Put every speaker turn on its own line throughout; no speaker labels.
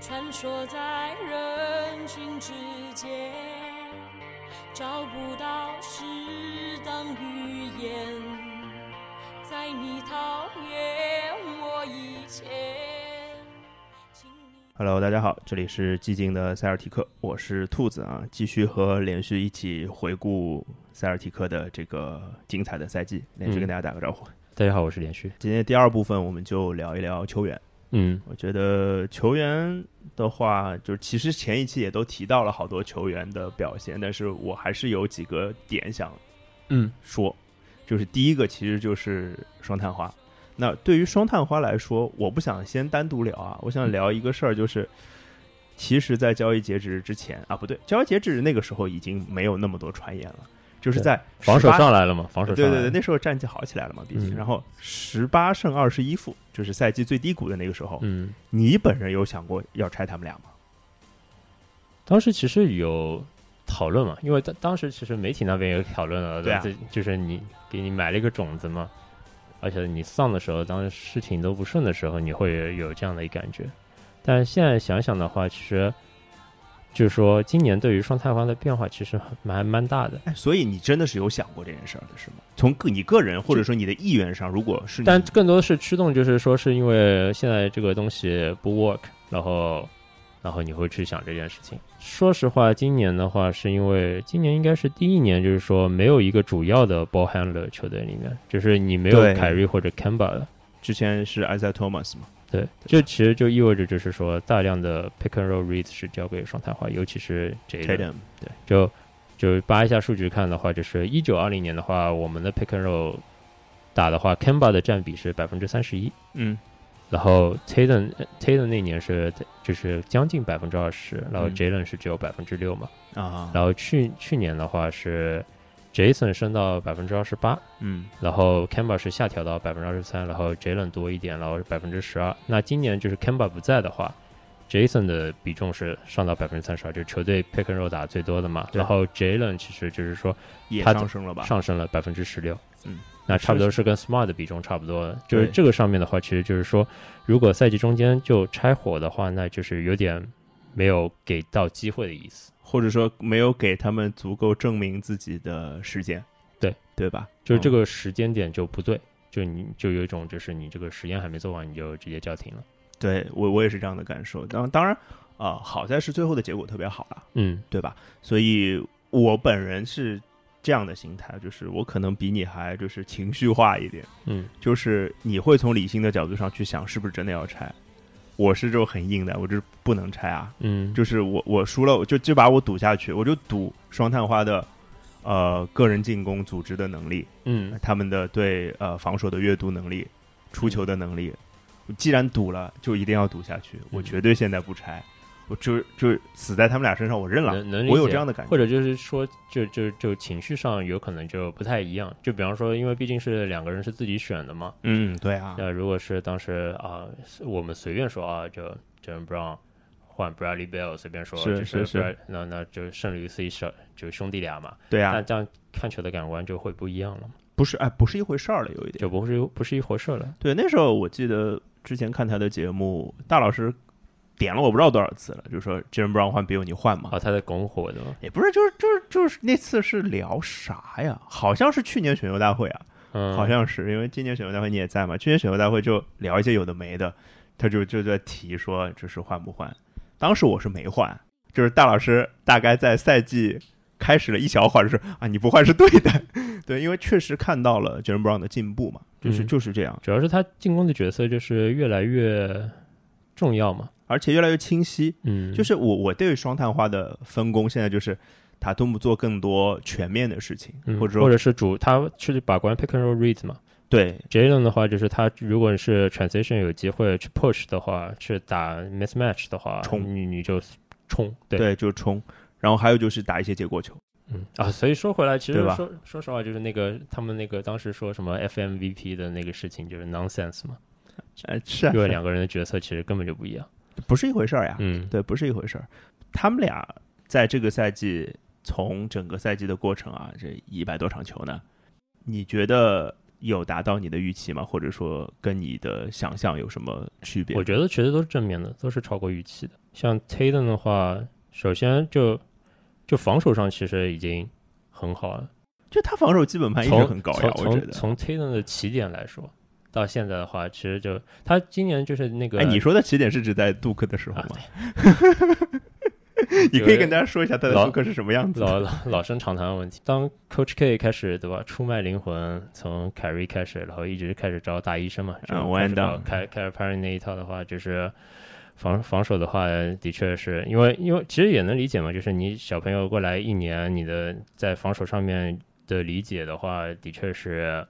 穿梭在人群之间，找不到适当语言，在你讨厌我以前。请你
Hello，大家好，这里是寂静的塞尔提克，我是兔子啊，继续和连续一起回顾塞尔提克的这个精彩的赛季，连续跟
嗯
大家打个招呼。
大家好，我是连续。
今天第二部分我们就聊一聊球员，
嗯
我觉得球员的话，就是其实前一期也都提到了好多球员的表现，但是我还是有几个点想
嗯
说，就是第一个其实就是双探花。那对于双探花来说，我不想先单独聊啊，我想聊一个事儿，就是其实，在交易截止日之前啊，不对，交易截止日那个时候已经没有那么多传言了，就是
对
在
防守
18
上来了嘛？防守上
对
来
对对，
了
那时候战绩好起来了嘛，毕竟。
嗯
然后十八胜二十一负，就是赛季最低谷的那个时候，
嗯，
你本人有想过要拆他们俩吗？
当时其实有讨论嘛，因为当当时其实媒体那边有讨论了，
对啊
这就是你给你买了一个种子嘛，而且你丧的时候，当时事情都不顺的时候，你会有这样的一感觉。但现在想想的话，其实就是说今年对于双探花的变化其实还蛮还蛮大的，
哎，所以你真的是有想过这件事儿的是吗？从个你个人或者说你的意愿上，如果是你
但更多是驱动，就是说是因为现在这个东西不 work，然后然后你会去想这件事情。说实话，今年的话是因为今年应该是第一年，就是说没有一个主要的 ball handler 球队里面，就是你没有
对
凯瑞或者 Kemba 了。
之前是埃塞托马斯嘛，
对，这其实就意味着就是说，大量的 pick and roll reads 是交给双探花，尤其是 J
t a
的
t。u m 对，
就就扒一下数据看的话，就是一九二零年的话，我们的 pick and roll 打的话，Kemba 的占比是百分之三十一。
嗯，
然后 Tatum Tatum 那年是就是将近百分之二十，然后
嗯
Jalen 是只有百分之六嘛，
啊，
然后去去年的话是 Jason 升到百分之二十八，
嗯
然后 Kemba 是下调到百分之二十三，然后 Jalen 多一点，然后百分之十二。那今年就是 Kemba 不在的话，Jason 的比重是上到百分之三十二，就是球队 pick and roll 打最多的嘛，
对
然后 Jalen 其实就是说
也
他
上升了吧？
上升了百分之十六。
嗯，
那差不多是跟 Smart 的比重差不多了。就
对
是这个上面的话，其实就是说，如果赛季中间就拆伙的话，那就是有点没有给到机会的意思。
或者说没有给他们足够证明自己的时间，
对
对吧？嗯
就是这
个，
个时间点就不对，就你就有一种就是你这个实验还没做完，你就直接叫停了。
对我我也是这样的感受。当当然，啊、好在是最后的结果特别好了，
嗯
对吧？所以我本人是这样的心态，就是我可能比你还就是情绪化一点，
嗯
就是你会从理性的角度上去想是不是真的要拆。我是就很硬的，我就是不能拆啊，
嗯，
就是我我输了，我就这把我赌下去，我就赌双探花的呃个人进攻组织的能力，
嗯
他们的对呃防守的阅读能力、出球的能力。我既然赌了，就一定要赌下去，
嗯
我绝对现在不拆，我就就死在他们俩身上，我认了。
能能理解
我有这样的感觉
或者就是说，就就就情绪上有可能就不太一样。就比方说，因为毕竟是两个人是自己选的嘛，
嗯，对啊，
那如果是当时啊、我们随便说啊，就 j o h n Brown 换 Bradley Bell，随便说，
是
就是
是
Brad- 那那就圣路易斯一手就兄弟俩嘛，
对
那
啊，
这样看球的感官就会不一样了嘛，
不是哎，不是一回事儿了，有一点。
就不是不是一回事了。
对，那时候我记得之前看他的节目，大老师点了我不知道多少次了，就说 Jim Brown 换 Bill，你换吗？
啊，他在拱火的嘛，
也不是，就是就是就是那次是聊啥呀？好像是去年选秀大会啊，
嗯，
好像是因为今年选秀大会你也在嘛，去年选秀大会就聊一些有的没的，他就就在提说就是换不换。当时我是没换，就是大老师大概在赛季开始了一小会儿就是啊你不换是对的， 对，因为确实看到了 Jalen Brown 的进步嘛，就是
嗯
就是这样，
主要是他进攻的角色就是越来越重要嘛，
而且越来越清晰。
嗯，
就是我我对双探花的分工现在就是塔图姆做更多全面的事情，
嗯
或者
或
说
者是主他去把关 pick and roll reads 嘛。
对
Jalen 的话，就是他如果是 transition 有机会去 push 的话，去打 mismatch 的话，
冲
你你就冲，对
对就是冲，然后还有就是打一些结果球，
嗯啊，所以说回来，其实
对吧
说说实话，就是那个他们那个当时说什么 FMVP 的那个事情，就是 nonsense 嘛，
呃是啊
因为
是啊
两个人的角色其实根本就不一样。
不是一回事儿呀，
嗯，
对，不是一回事儿。他们俩在这个赛季，从整个赛季的过程啊，这一百多场球呢，你觉得有达到你的预期吗？或者说跟你的想象有什么区别？
我觉得其实都是正面的，都是超过预期的。像 Tatum 的话，首先就就防守上其实已经很好了，
就他防守基本盘一直
从
很高
从
呀，我觉
从
得。
从 Tatum 的起点来说，到现在的话，其实就他今年就是那个，
哎，你说的起点是指在杜克的时候
啊
吗？
对
你可以跟大家说一下他的
老
杜克是什么样子的。
老老老生常谈的问题。当 Coach K 开始对吧，出卖灵魂，从凯瑞开始，然后一直开始招大医生嘛，然后
我
开
按
始搞
档
凯凯尔 Perry 那一套的话，就是防防守的话，的确是因为因为其实也能理解嘛，就是你小朋友过来一年，你的在防守上面的理解的话，的确是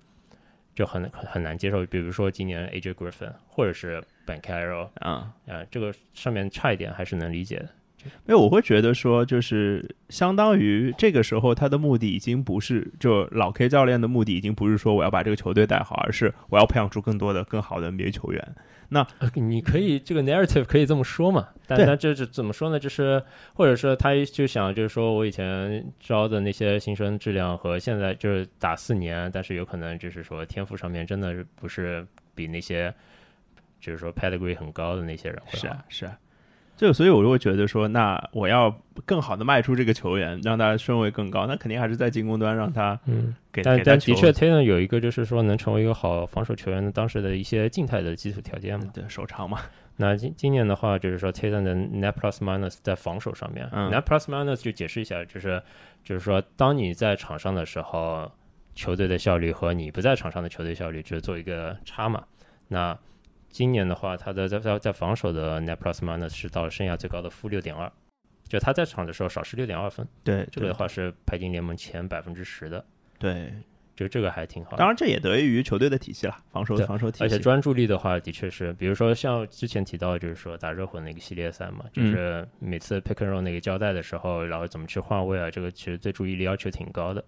就很很很难接受。比如说今年 AJ Griffin 或者是 Ben Carroll，
啊，
呃，这个上面差一点还是能理解的。
因为我会觉得说，就是相当于这个时候他的目的已经不是，就老 K 教练的目的已经不是说我要把这个球队带好，而是我要培养出更多的更好的 NBA 球员。
呃你可以这个 narrative 可以这么说嘛，但
对
但这是怎么说呢？就是或者说他就想就是说我以前招的那些新生质量和现在就是打四年，但是有可能就是说天赋上面真的是不是比那些就是说 pedigree 很高的那些人会
是
好嗯
啊，是啊。就所以我就会觉得说，那我要更好的卖出这个球员，让他顺位更高，那肯定还是在进攻端让他
嗯，
给
但
给他
但
球
的确 t a y l o r 有一个就是说能成为一个好防守球员的当时的一些静态的基础条件嘛。
对手长 嘛，
那今今年的话，就是说 Tatum 的 net plus minus 在防守上面、
嗯
n e t plus minus 就解释一下，就是就是说，当你在场上的时候，球队的效率和你不在场上的球队效率就是做一个差嘛。那今年的话，他的在在在防守的 net plus minus 是到了生涯最高的负六点二，就他在场的时候少失六点二分，
对
这个的话是排进联盟前百分之十的，
对，
就这个还挺好的。
当然这也得益于球队的体系了，防守
对
防守体系，
而且专注力的话，的确是，比如说像之前提到，就是说打热火那个系列赛嘛，就
嗯
是每次 pick and roll 那个交代的时候，然后怎么去换位啊，这个其实对注意力要求挺高的。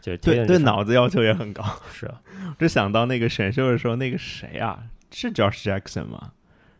就是
对对
Tatum 这
脑子要求也很高。
是啊，
就想到那个选秀的时候，那个谁啊，是 Josh Jackson 吗？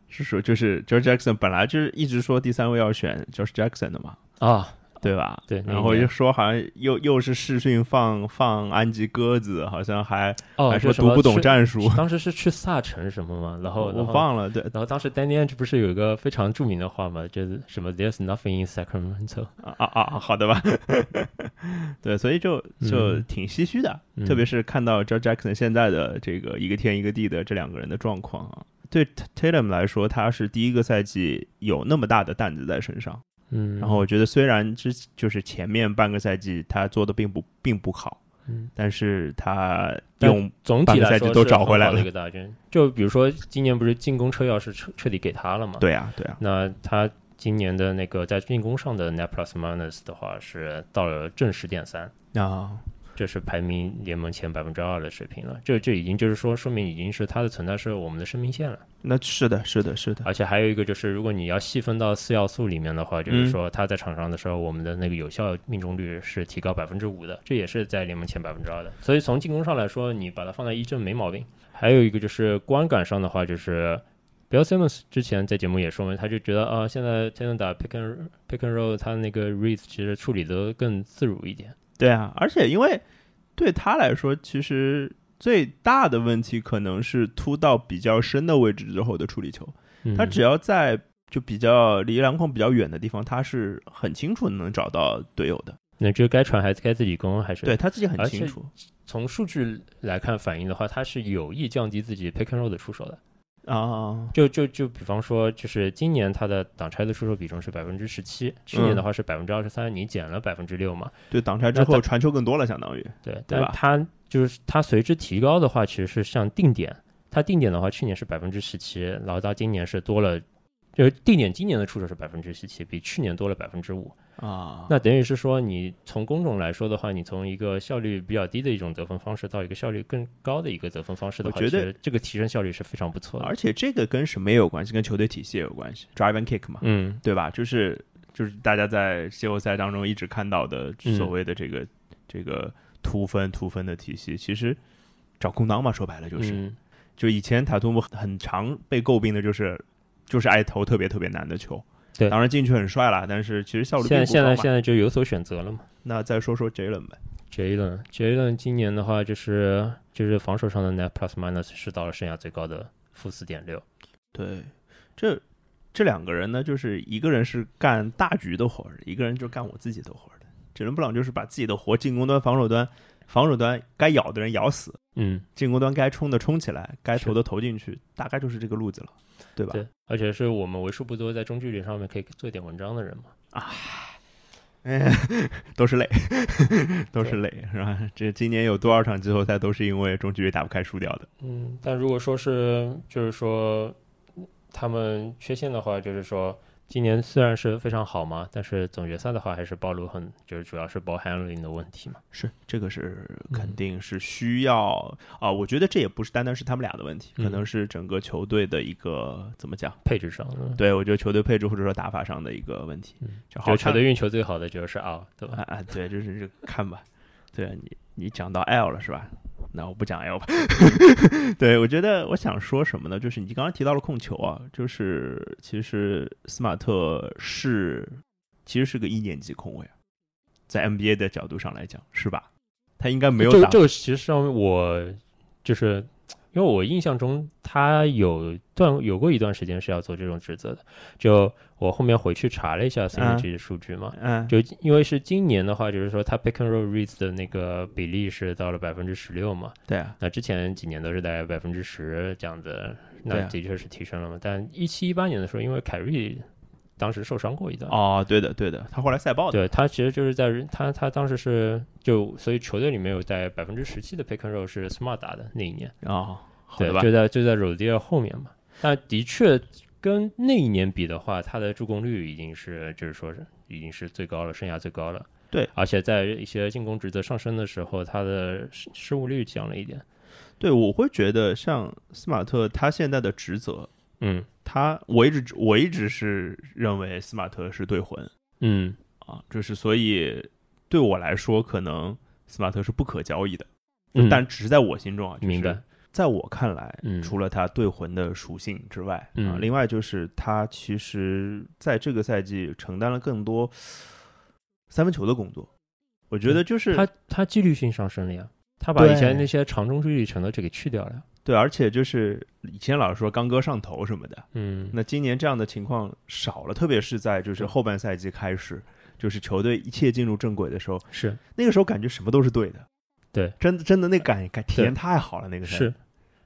是说就是 Josh Jackson 本来就是一直说第三位要选 Josh Jackson 的嘛，
啊，
对吧？
对那一
然后
年
又说好像又又是试训放放安吉鸽子，好像还、
哦，
还说
说什么
读不懂
是
战术，
当时是去萨城什么吗？然后
我。
然后
忘了。对
然后当时 Danny Ainge 不是有一个非常著名的话嘛，就是什么 “There's nothing in Sacramento”，
啊啊啊，好的吧？ 对，所以就就
嗯
挺唏嘘的，
嗯
特别是看到 Joe Jackson 现在的这个一个天一个地的这两个人的状况啊。对 Tatum 来说，他是第一个赛季有那么大的担子在身上。
嗯，
然后我觉得虽然之就是前面半个赛季他做的并不并不好，
嗯
但是他
但
用
总
半
体
个
来
赛季
说
都
是
找
很
回来
好的
了
一个大军。就比如说今年不是进攻车钥匙彻彻底给他了嘛？
对啊对啊，
那他今年的那个在进攻上的 net plus minus 的话是到了正十点三，
啊
这是排名联盟前百分之二的水平了。这这已经就是说，说明已经是他的存在是我们的生命线了。
那是的是的是的，
而且还有一个就是，如果你要细分到四要素里面的话，就是说他在场上的时候，我们的那个有效命中率是提高百分之五的，这也是在联盟前百分之二的。所以从进攻上来说，你把它放在一阵没毛病。还有一个就是观感上的话，就是 Bill Simmons 之前在节目也说嘛，他就觉得啊，现在 t a n 打 pick and pick and roll，他那个 reads 其实处理得更自如一点。
对啊，而且因为对他来说，其实最大的问题可能是突到比较深的位置之后的处理球，
嗯
他只要在就比较离篮筐比较远的地方，他是很清楚能找到队友的，
那这该传还是该自己攻还是
对他自己很
而且
清楚
从数据来看反映的话，他是有意降低自己 pick and roll 的出手的。
啊，
就就就比方说，就是今年他的挡拆的出手比重是百分之十七，去
嗯
年的话是百分之二十三，你减了百分之六嘛？
对挡拆之
那
后
他
传球更多了，相当于
对，
对
但
吧
他就是他随之提高的话，其实是像定点，他定点的话，去年是百分之十七，然后到今年是多了，就是定点今年的出手是百分之十七，比去年多了百分之五。
啊，
那等于是说，你从工种来说的话，你从一个效率比较低的一种得分方式到一个效率更高的一个得分方式的
我
话，
觉得
其实这个提升效率是非常不错的。
而且这个跟什么也有关系，跟球队体系也有关系，drive and kick 嘛，
嗯，
对吧？就是就是大家在季后赛当中一直看到的
嗯
所谓的这个、这个突分突分的体系，其实找空当嘛，说白了就是，
嗯
就以前塔图姆很常被诟病的就是就是爱投特别特别难的球。
对
当然进去很帅啦，但是其实效率
现
并不
在
高
现在
嘛。
现在就有所选择了嘛。
那再说说 Jalen 呗，
Jalen Jalen 今年的话就是就是防守上的 net plus minus 是到了生涯最高的负四点六，
对，这这两个人呢，就是一个人是干大局的活儿，一个人就干我自己的活儿的。杰伦布朗就是把自己的活，进攻端、防守端，防守端该咬的人咬死，
嗯，
进攻端该冲的冲起来，该
是
投的投进去，大概就是这个路子了，对吧？
对，而且是我们为数不多在中距离上面可以做点文章的人嘛，
哎， 都是累，都是累，是吧？这今年有多少场季后赛都是因为中距离打不开输掉的？
嗯，但如果说是就是说他们缺陷的话，就是说今年虽然是非常好嘛，但是总决赛的话还是暴露很，就是主要是 ball handling 的问题嘛。
是，这个是
嗯
肯定是需要啊、我觉得这也不是单单是他们俩的问题，可
嗯
能是整个球队的一个怎么讲？
配置上，嗯，
对我觉得球队配置或者说打法上的一个问题，
嗯
就好
就球
看
队运球最好的就是 out，对吧？
啊啊，对，就是这个看吧。对啊你，你讲到 L 了是吧？那我不讲 L 吧。 对，我觉得我想说什么呢？就是你刚刚提到了控球啊，就是其实斯马特是其实是个一年级控卫啊，在 NBA 的角度上来讲是吧？他应该没有
这个
打
这个其实上面我就是因为我印象中他有段有过一段时间是要做这种职责的，就我后面回去查了一
啊
下 CG 的数据嘛。
嗯
就因为是今年的话，就是说他 pick and roll reads 的那个比例是到了百分之十六嘛，
对啊，
那之前几年都是在百分之十这样子，那
对啊
的确是提升了嘛。但一七一八年的时候，因为凯瑞当时受伤过一段，
哦，对的对的，他后来赛报的，
对他其实就是在他他当时是就所以球队里面有在百分之十七的 pick and roll 是 smart 打的那一年，
哦，好
对
的，吧
就？在就在 r o d i e r 后面嘛。但的确跟那一年比的话，他的助攻率已经是就是说是已经是最高了，生涯最高了。
对，
而且在一些进攻职责上升的时候，他的失失误率降了一点。
对，我会觉得像斯马特他现在的职责，
嗯
他我一直我一直是认为斯马特是对魂，
嗯，
啊，就是所以对我来说，可能斯马特是不可交易的，
嗯
但只是在我心中啊，就是
明白。
在我看来，
嗯
除了他对魂的属性之外，啊，
嗯
另外就是他其实在这个赛季承担了更多三分球的工作。我觉得就是
嗯他他纪律性上升了呀，他把
对
以前那些长中距离全都这给去掉了。
对，而且就是以前老是说刚哥上头什么的，
嗯，
那今年这样的情况少了，特别是在就是后半赛季开始，就是球队一切进入正轨的时候，
是
那个时候感觉什么都是对的，
对，
真的真的那感感体验太好了，那个
是，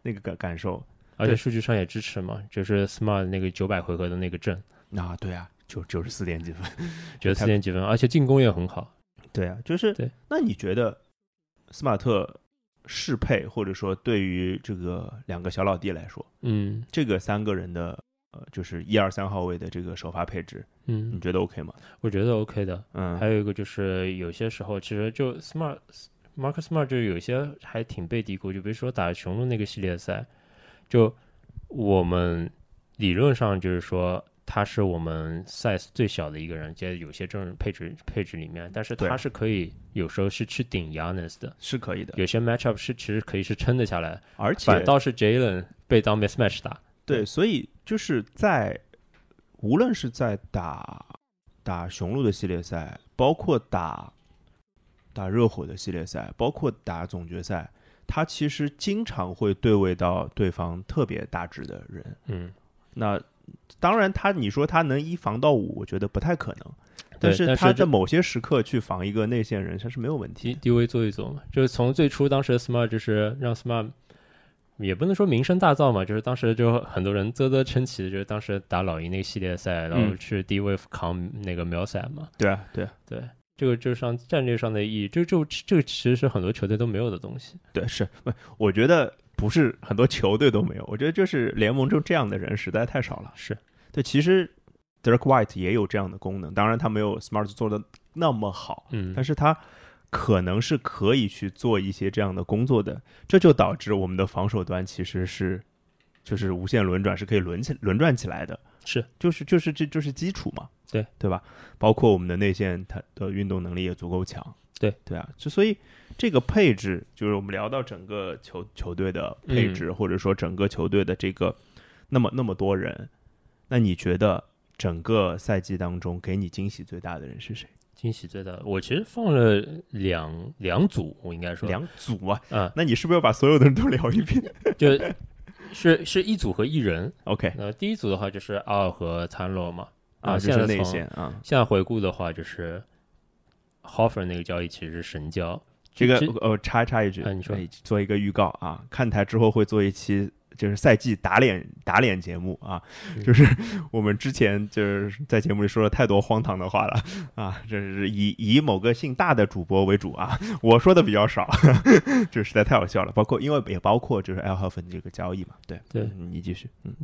那个感感受
而且
对
数据上也支持嘛，就是 smart 那个九百回合的那个正，
啊，对啊，就九十四点几分，
九十
他
四点几分，而且进攻也很好。
对啊，就是
对。
那你觉得斯马特适配，或者说对于这个两个小老弟来说，
嗯
这个三个人的呃，就是一二三号位的这个首发配置，你
嗯，
觉得 OK 吗？
我觉得 OK 的。还
嗯，
有一个就是有些时候其实就 smart。Marcus Smart 就有些还挺被低估，就比如说打雄鹿那个系列赛，就我们理论上就是说他是我们 size 最小的一个人，在有些阵容配置配置里面，但是
对
他是可以有时候是去顶 Yanis 的，
是可以的，
有些 matchup 是其实可以是撑得下来，
而且
反倒是 Jalen 被当 mismatch 打，
对，所以就是在无论是在打打雄鹿的系列赛，包括打打热火的系列赛，包括打总决赛，他其实经常会对位到对方特别大只的人。
嗯，
那当然他，你说他能一防到五，我觉得不太可能。但
对
是
但
他
是这
在某些时刻去防一个内线人，他是没有问题
低
的。
低位做一做嘛，就是从最初当时的 smart 就是让 smart。也不能说名声大噪嘛，就是当时就很多人啧啧称奇，就是当时打老鹰那个系列赛，然后
嗯
去低位扛那个秒闪嘛，
对啊，对啊，
对，这个就是上战略上的意义，这就这个其实是很多球队都没有的东西，
对，是不？我觉得不是很多球队都没有，我觉得就是联盟中这样的人实在太少了。
是，
对，其实 Dirk White 也有这样的功能，当然他没有 Smart 做的那么好，
嗯，
但是他可能是可以去做一些这样的工作的，这就导致我们的防守端其实是就是无限轮转，是可以轮起轮转起来的，
是，
就是就是这就是基础嘛，
对
对吧？包括我们的内线，他的运动能力也足够强，
对
对啊，就所以这个配置就是我们聊到整个球球队的配
嗯
置，或者说整个球队的这个那么那么多人，那你觉得整个赛季当中给你惊喜最大的人是谁？
惊喜最大的，我其实放了两两组，我应该说
两组啊，
啊，
那你是不是要把所有的人都聊一 遍
就是是一组和一人。
？OK
那第一组的话就是阿尔和参洛嘛，
啊，
啊
就
现
是
在
那
从
些啊，
现在回顾的话，就是 Hoffer 那个交易其实是神交，
这个
这
呃，插插一句，
啊你说
哎做一个预告啊，看台之后会做一期就是赛季打脸打脸节目啊，
嗯
就是我们之前就是在节目里说了太多荒唐的话了啊，这是以以某个姓大的主播为主啊， 我说的比较少， 这实在太好笑了，包括因为也包括就是 L 号粉这个交易嘛，对
对
嗯你继续，嗯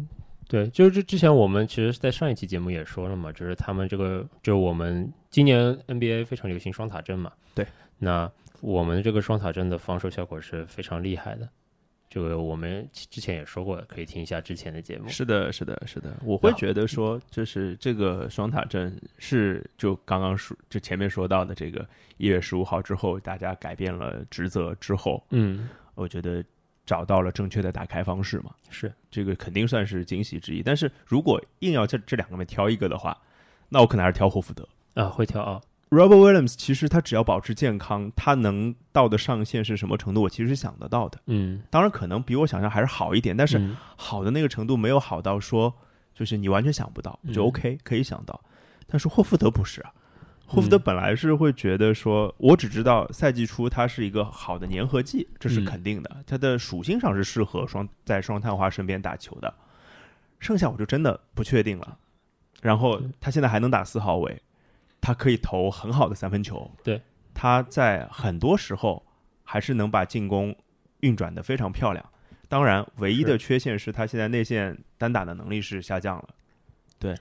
对，就是这之前我们其实，在上一期节目也说了嘛，就是他们这个，就是我们今年 NBA 非常流行双塔阵嘛，
对，
那我们这个双塔阵的防守效果是非常厉害的，这个我们之之前也说过，可以听一下之前的节目。
是的，是的，是的，我
对
会
啊
觉得说，就是这个双塔阵是就刚刚说，就前面说到的这个一月十五号之后，大家改变了职责之后，
嗯，
我觉得找到了正确的打开方式嘛，
是
这个肯定算是惊喜之一。但是如果硬要这这两个里面挑一个的话，那我可能还是挑霍福德。
啊，会跳啊，
Robert Williams 其实他只要保持健康，他能到的上限是什么程度，我其实是想得到的。
嗯，
当然，可能比我想象还是好一点，但是
嗯
好的那个程度没有好到说就是你完全想不到，就
嗯
OK、可以想到。但是霍福德不是啊，霍福德
嗯
本来是会觉得说，我只知道赛季初它是一个好的粘合剂，这是
嗯
肯定的，它的属性上是适合双在双探花身边打球的。剩下我就真的不确定了。然后
对
他现在还能打四号位，他可以投很好的三分球。
对，
他在很多时候还是能把进攻运转的非常漂亮。当然，唯一的
是
缺陷是他现在内线单打的能力是下降了。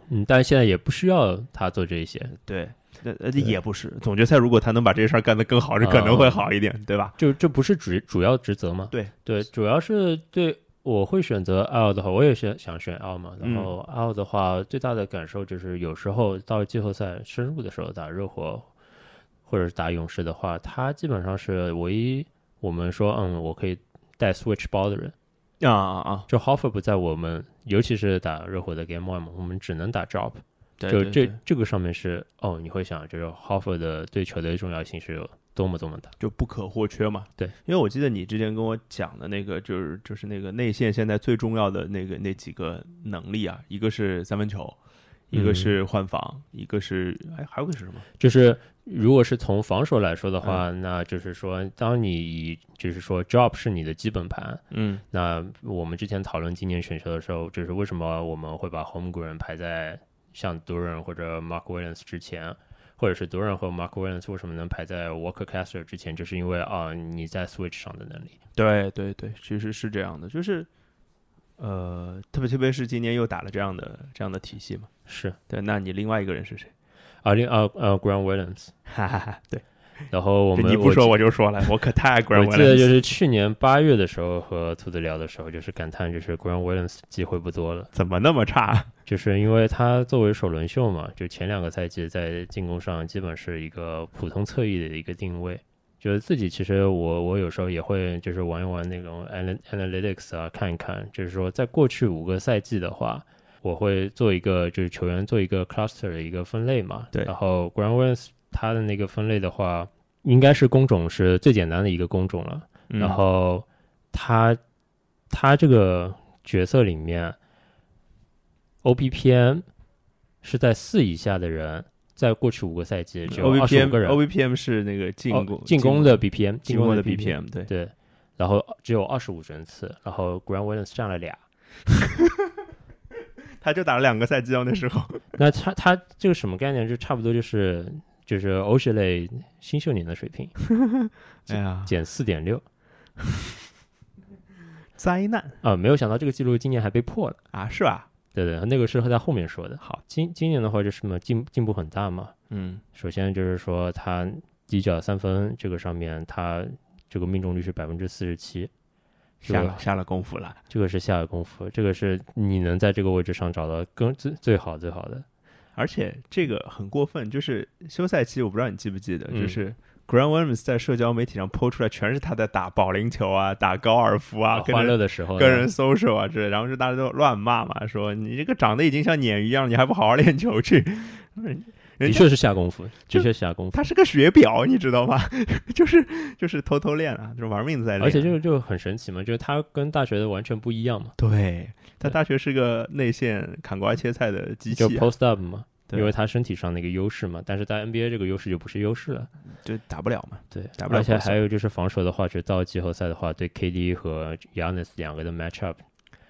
嗯，但是现在也不需要他做这一些，
对，那呃也不是总决赛，如果他能把这事儿干得更好，是可
啊
能会好一点，对吧？
就这不是主主要职责吗？
对
对，主要是对我会选择 L 的话，我也是想选 L 嘛。
嗯
然后 L 的话，最大的感受就是有时候到季后赛深入的时候打热火或者是打勇士的话，他基本上是唯一我们说嗯我可以带 switch 包的人。
啊啊啊！
就 Hoffer 不在我们，尤其是打热火的 Game One 嘛，我们只能打 Drop。
对
就
对
这
对
这个上面是哦，你会想就是 Hoffer 的对球队的重要性是有多么多么大。
就不可或缺嘛。
对，
因为我记得你之前跟我讲的那个，就是就是那个内线现在最重要的那个那几个能力啊，一个是三分球，一个
嗯
是换防，一个是哎还有个是什么？
就是如果是从防守来说的话，
嗯
那就是说，当你以就是说 drop 是你的基本盘，
嗯
那我们之前讨论今年选秀的时候，就是为什么我们会把 homegrown 排在像 Duran 或者 Mark Williams 之前，或者是 Duran 和 Mark Williams 为什么能排在 Walker Kessler 之前，就是因为啊你在 switch 上的能力。
对对对，其实是这样的，就是呃，特别特别是今年又打了这样的这样的体系嘛。
是，
对，那你另外一个人是谁？
啊另啊呃 Grant Williams，
哈哈哈，对，
然后我
这
们
你不说
我
我就说了，我可太 g r a n
我记得就是去年八月的时候和兔子聊的时候，就是感叹就是 Grant Williams 机会不多了。
怎么那么差？啊
就是因为他作为首轮秀嘛，就前两个赛季在进攻上基本是一个普通侧翼的一个定位。就是自己其实我我有时候也会就是玩一玩那种 ana- analytics 啊，看一看，就是说在过去五个赛季的话，我会做一个就是球员做一个 cluster 的一个分类嘛。
对
然后 Grant Williams 他的那个分类的话，应该是工种是最简单的一个工种了。
嗯
然后他他这个角色里面，OBPM 是在四以下的人，在过去五个赛季只有二十
OVPM
五个人
OVPM 是那个哦进
哦
攻
进攻的 BPM
进攻的
BPM
BPM 对。
对，然后只有二十五人次，然后 Grant Williams 占了俩。
他就打了两个赛季哦，那时 候。
那他他这个什么概念？就差不多就是就是 o s h i l e 新秀年的水平，
哎呀，
减四点六
灾难
啊！没有想到这个记录今年还被破了。
啊，是吧？
对对，那个是在后面说的。
好，
今今年的话就是嘛，进进步很大嘛。
嗯，
首先就是说他底角三分这个上面，他这个命中率是百分之四十七，
下
这
了
个
下了功夫了。
这个是下了功夫，这个是你能在这个位置上找到更最最好最好的。
而且这个很过分，就是休赛期，我不知道你记不记得，
嗯
就是 Grant Williams 在社交媒体上 PO 出来，全是他在打保龄球啊，打高尔夫啊，跟
欢乐
人
的时候呢，
跟人 social 啊之类，然后就大家都乱骂嘛，说你这个长得已经像鲶鱼一样，你还不好好练球去？ 人
的
家
确是下功夫，的确下功夫，
他是个学表，你知道吗？ 就是就是偷偷练啊，就是玩命在练。
而且就就很神奇嘛，就是他跟大学的完全不一样嘛，
对他
对
大学是个内线砍瓜切菜的机
就
器啊、
post up 嘛，
对
因为他身体上的一个优势嘛，但是在 NBA 这个优势就不是优势了，
就打不了嘛。
对，
打不了
而且
post up
还有就是防守的话，就到季后赛的话，对 KD 和 Yanis 两个的 match up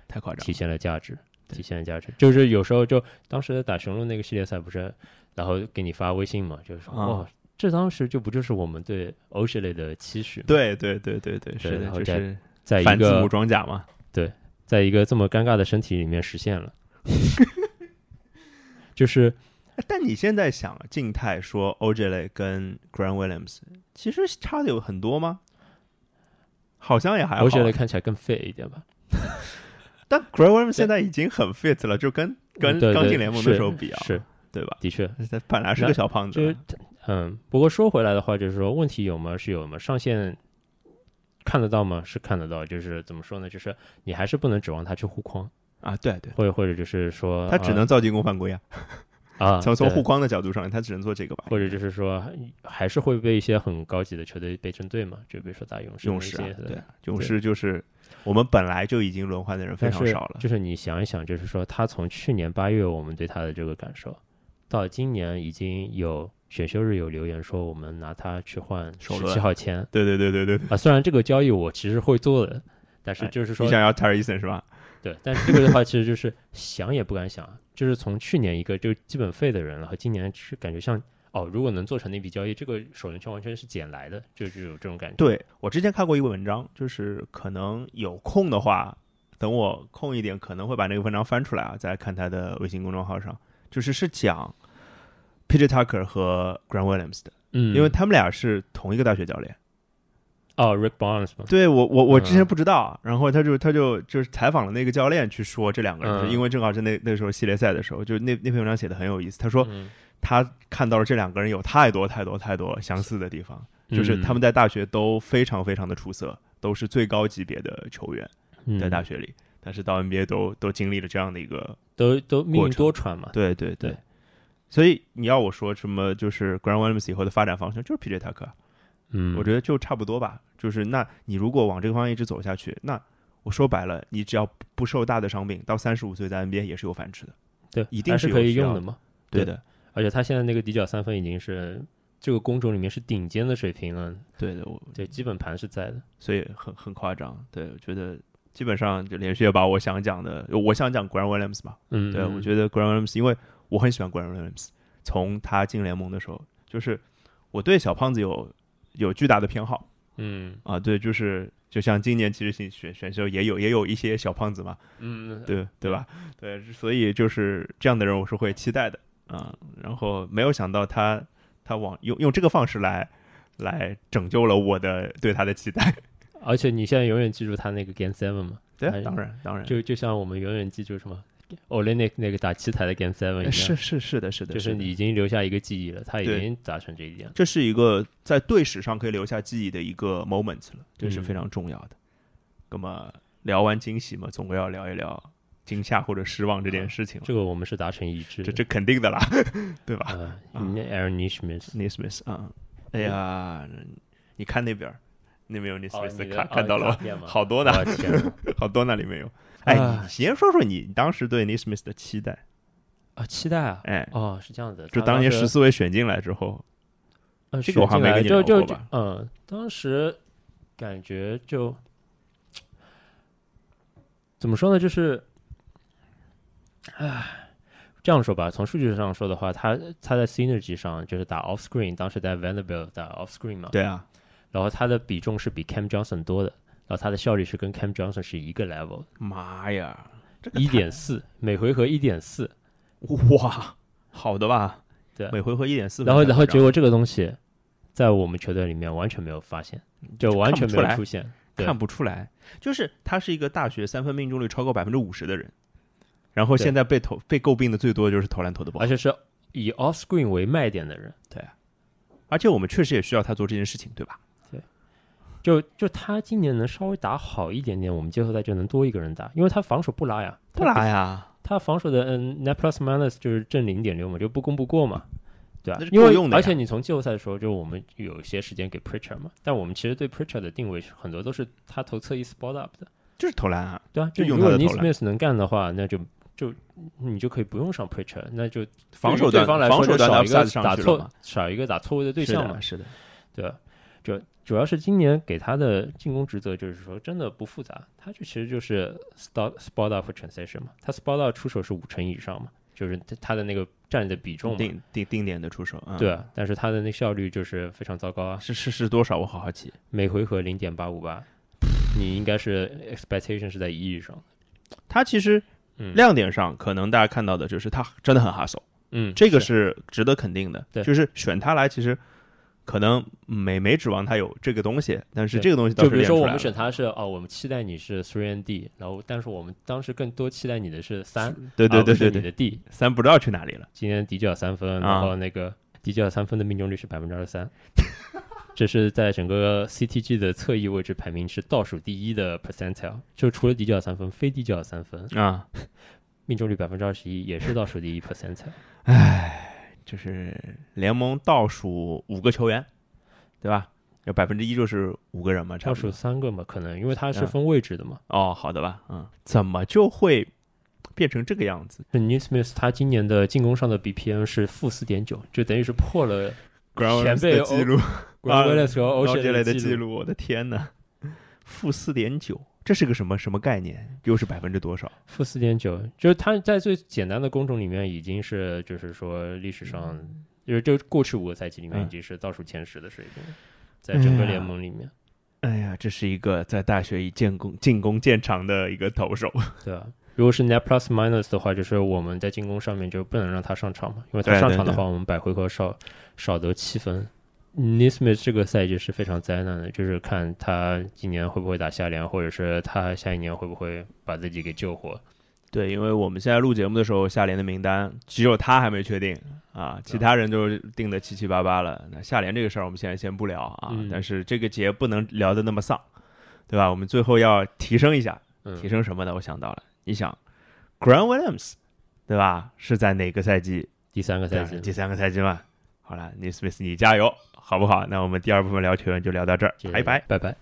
太夸张
体
了，
现了价值，
对
体现了价值。就是有时候就当时打雄鹿那个系列赛不是，然后给你发微信嘛，就是说
啊
哦，这当时就不就是我们对 o s h l e y 的期许吗？
对对对对对，是的，
然后
就
再
是
在一
反字母
个
装甲嘛。
在一个这么尴尬的身体里面实 现了，就是
哎但你现在想，啊静态说 OJ 跟 Grant Williams 其实差的有很多吗？好像也还好
o
啊。
s h l e y 看起来更 fit 一点吧。
但 Grant Williams 现在已经很 fit 了，就跟跟
嗯对对
刚进联盟的时候比啊，
是
对吧？
的确，
他本来是个小胖
就是
子，
嗯，不过说回来的话，就是说问题有吗？是有吗？上限看得到吗？是看得到，就是怎么说呢？就是你还是不能指望他去护框，
啊，对对，
或者或者就是说
他只能造进攻犯规啊。
啊呃啊
从从
对
护框的角度上，他只能做这个吧。
或者就是说还是会被一些很高级的球队被针对嘛？就比如说打勇士那
勇士、
些
啊
的，
对，呃勇士就是我们本来就已经轮换的人非
但
常
是
少了，
就是你想一想，就是说他从去年八月我们对他的这个感受，到今年已经有选秀日有留言说我们拿他去换
首
十
轮
七号签
对对对对对对。
啊，虽然这个交易我其实会做的，但是
哎
就是说
你想要 t e r r y s o n 是吧？
对，但是这个的话其实就是想也不敢想，就是从去年一个就基本废的人，然后今年是感觉像哦，如果能做成那笔交易，这个首轮签完全是捡来的，就就有这种感觉。
对我之前看过一个文章，就是可能有空的话，等我空一点，可能会把那个文章翻出来啊，再看他的微信公众号上，就是是讲 PJ Tucker 和 Grant Williams 的，
嗯，
因为他们俩是同一个大学教练。
哦，Rick Barnes 嘛，
对我，我我之前
嗯
不知道，啊然后他就他就就是采访了那个教练去说这两个人，
嗯
因为正好是那那时候系列赛的时候，就那那篇文章写的很有意思。他说
嗯
他看到了这两个人有太多太多太多相似的地方，就是他们在大学都非常非常的出色，都是最高级别的球员在大
学、
学里，但是到 NBA 都都经历了这样的一个，
嗯都都命
过
运
程
多舛嘛，
对对
对
所以你要我说什么，就是 Grant Williams 以后的发展方向就是 PJ 塔克，
嗯，
我觉得就差不多吧。就是那你如果往这个方向一直走下去，那我说白了，你只要不受大的伤病，到三十五岁在 NBA 也是有饭吃的。
对，
一定
还
是
是
有
可以
需要
用的
的
嘛，
对
对
的，
而且他现在那个底角三分已经是这个工种里面是顶尖的水平了，
对的，我
对，基本盘是在的，
所以很很夸张。对，我觉得基本上就连续也把我想讲的，我想讲 Grant Williams 嘛。
嗯，
对，我
得
觉得 Grant Williams，因为我很喜欢 Grant Williams，从他进联盟的时候，就是我对小胖子有有巨大的偏好。
嗯
啊，对，就是就像今年其实选选选秀也有也有一些小胖子嘛，嗯，对对吧？对，所以就是这样的人我是会期待的啊。然后没有想到他他往用用这个方式来来拯救了我的对他的期待。
而且你现在永远记住他那个 Game Seven 嘛，
对
哎，
当然当然，
就就像我们永远记住什么 Olenek 那个打七台的 Game Seven 一
哎
样，
是是是的是的，
就是
的
你已经留下一个记忆了，他已
对
经达成这一点了。
这是一个在队史上可以留下记忆的一个 moment 了，这是
嗯
非常重要的。那么聊完惊喜嘛，总归要聊一聊惊吓或者失望这件事情了。
这个我们啊是达成一致
这
的。
这肯定的啦，对吧？
啊，
啊
你那 Aaron Nishmis
n e s m i t h 啊，哎呀，你看那边儿，那边有 n e s m i t h 看、
哦
看到了吗？
你的哦
好多
你的
呢，
卡片吗我的天啊
好多那里没有。哎，
啊
你先说说你当时对 n e s m i t h 的期待。
啊！期待啊！
哎，
哦，是这样子，
就
他
当年
时
十四位选进来之后，
呃，
这个我
选
还
进
没
来
跟你
就
聊
就
过吧
就嗯，当时感觉就怎么说呢，就是，唉，这样说吧，从数据上说的话，他他在 synergy 上就是打 off screen，当时在 Vanderbilt 打 off screen 嘛，
对啊，
然后他的比重是比 Cam Johnson 多的，然后他的效率是跟 Cam Johnson 是一个 level，
妈呀，这个
一点四，每回合一点四，
哇，好的吧？
对
每回合一点四分，
然后然后结果这个东西在我们球队里面完全没有发现，就完
看不
全没
出
有
来
出现。对
看不出来，就是他是一个大学三分命中率超过百分之五十的人，然后
对
现在被投被诟病的最多就是投篮投的不好
而，且是以 off screen 为卖点的人，
而且我们确实也需要他做这件事情，对吧？
就就他今年能稍微打好一点点，我们季后赛就能多一个人打，因为他防守不拉呀，他
不拉呀，
他防守的嗯 net plus minus 就是正零点六嘛，就不攻不过嘛，对啊
那是，
因
够
为
用的呀
而且你从季后赛的时候，就是我们有一些时间给 Preacher 嘛，但我们其实对 Preacher 的定位是很多都是他投侧翼 spot up 的，
就是投篮啊，
对啊，
就用
如
他
果
的
n e
投
s m i t h 能干的话，那就就你就可以不用上 Preacher，那就
防守
对于对
端
方来
防守
说就
端
少一
upside
个
上
打
去了
错
嘛，
少一个打错位的对
是
象
的
嘛，
是的，
对吧？主主要是今年给他的进攻职责就是说真的不复杂，他就其实就是 spot spot up transition 嘛，他 spot up 出手是五成以上嘛，就是他他的那个占的比重嘛，
定定定点的出手，嗯，
对，啊，但是他的那效率就是非常糟糕啊，
是是是多少？我好好奇，
每回合零点八五八，你应该是 expectation 是在一以上的。
他其实
嗯
亮点上可能大家看到的就是他真的很哈手，
嗯，
这个
是
是值得肯定的。
对
就是选他来，其实可能没没指望他有这个东西，但是
对
这个东西倒
就是比如
练
说
出
我
来
们
了。
选他是哦，我们期待你是 three and D，然后但是我们当时更多期待你的是三，哦
对对
而不
对
是
对
你
对，
的 D。
三不知道去哪里了。
今天迪角三分，
啊
然后那个迪角三分的命中率是百分之二十三，这是在整个 CTG 的侧翼位置排名是倒数第一的 percentile，就除了迪角三分，非迪角三分
啊，
命中率百分之二十一，也是倒数第 一 percentile。
就是联盟倒数五个球员，对吧？有百分之一就是五个人嘛，差
倒
不多
数。三个嘛，可能因为它是
嗯
分位置的嘛。
哦，好的吧，嗯，怎么就会变成这个样子
那 New Smith 他今年的进攻上的 BPM 是负四点九，就等于是破了
？Ground
前辈
Williams 的记录，啊
Grant Williams 和
Roger
Ocean
雷
的
的
记
记
录。
录，我的天呐，负四点九，这是个什么什么概念？又是百分之多少？
负四点九，就是他在最简单的工种里面已经是，就是说历史上，就是就过去五个赛季里面
嗯
已经是倒数前十的水平，在整
哎
个
呀
联盟里面，
哎呀，这是一个在大学以建功进攻见长的一个投手，
对吧、如果是 net plus minus 的话，就是我们在进攻上面就不能让他上场嘛，因为他
对
上
对
场的
对
话，我们百回合少少得七分。Nismith 这个赛季是非常灾难的，就是看他今年会不会打下联，或者是他下一年会不会把自己给救活。
对，因为我们现在录节目的时候，下联的名单只有他还没确定啊，其他人都定的七七八八了。那下联这个事儿，我们现在先不聊啊，
嗯
但是这个节不能聊得那么丧，对吧？我们最后要提升一下，
嗯
提，升什么呢？我想到了，你想，Grant Williams，对吧？是在哪个赛季？
第三个赛季
对第三个赛季嘛。好了，你 Smith，你加油，好不好？那我们第二部分聊球员就聊到这儿，拜拜。
拜拜。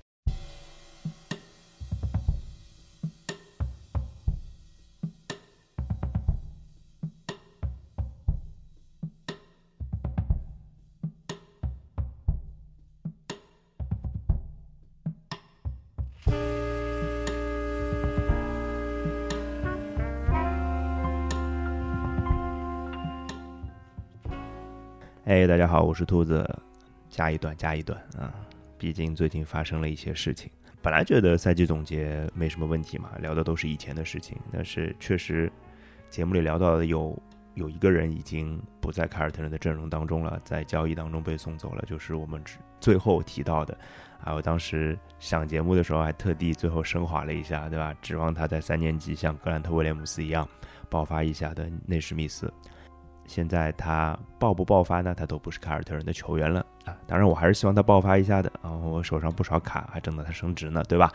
哎，大家好，我是兔子，加一段加一段啊！毕竟最近发生了一些事情，本来觉得赛季总结没什么问题嘛，聊的都是以前的事情，但是确实节目里聊到的有有一个人已经不在凯尔特人的阵容当中了，在交易当中被送走了，就是我们之最后提到的啊，我当时想节目的时候还特地最后升华了一下，对吧？指望他在三年级像格兰特·威廉姆斯一样爆发一下的内史密斯，现在他爆不爆发呢？他都不是凯尔特人的球员了啊！当然，我还是希望他爆发一下的啊！我手上不少卡，还等到他升职呢，对吧？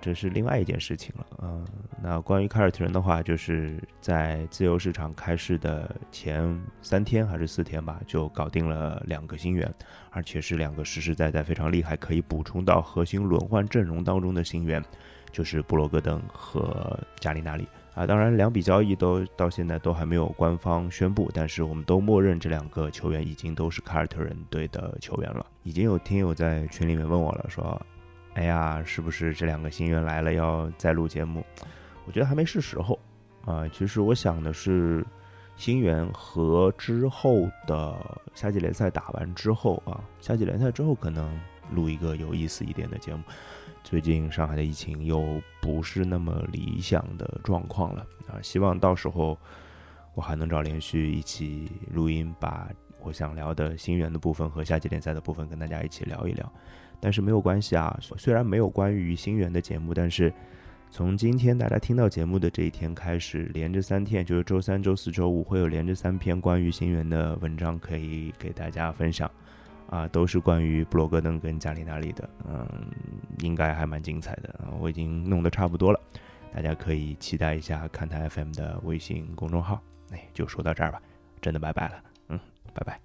这是另外一件事情了。嗯、那关于凯尔特人的话，就是在自由市场开市的前三天还是四天吧，就搞定了两个新援，而且是两个实实在在非常厉害，可以补充到核心轮换阵容当中的新援，就是布罗格登和加里纳里。啊，当然两笔交易都到现在都还没有官方宣布，但是我们都默认这两个球员已经都是凯尔特人队的球员了。已经有听友在群里面问我了，说：“哎呀，是不是这两个新援来了要再录节目？”我觉得还没是时候啊、其实我想的是，新援和之后的夏季联赛打完之后啊，夏季联赛之后可能录一个有意思一点的节目。最近上海的疫情又不是那么理想的状况了啊，希望到时候我还能找连续一起录音，把我想聊的新源的部分和夏季联赛的部分跟大家一起聊一聊。但是没有关系啊，虽然没有关于新源的节目，但是从今天大家听到节目的这一天开始，连着三天，就是周三、周四周五会有连着三篇关于新源的文章可以给大家分享。啊，都是关于布罗格登跟加里纳利的，嗯，应该还蛮精彩的。啊我已经弄得差不多了，大家可以期待一下看台 FM 的微信公众号。哎，就说到这儿吧，真的拜拜了，嗯，拜拜。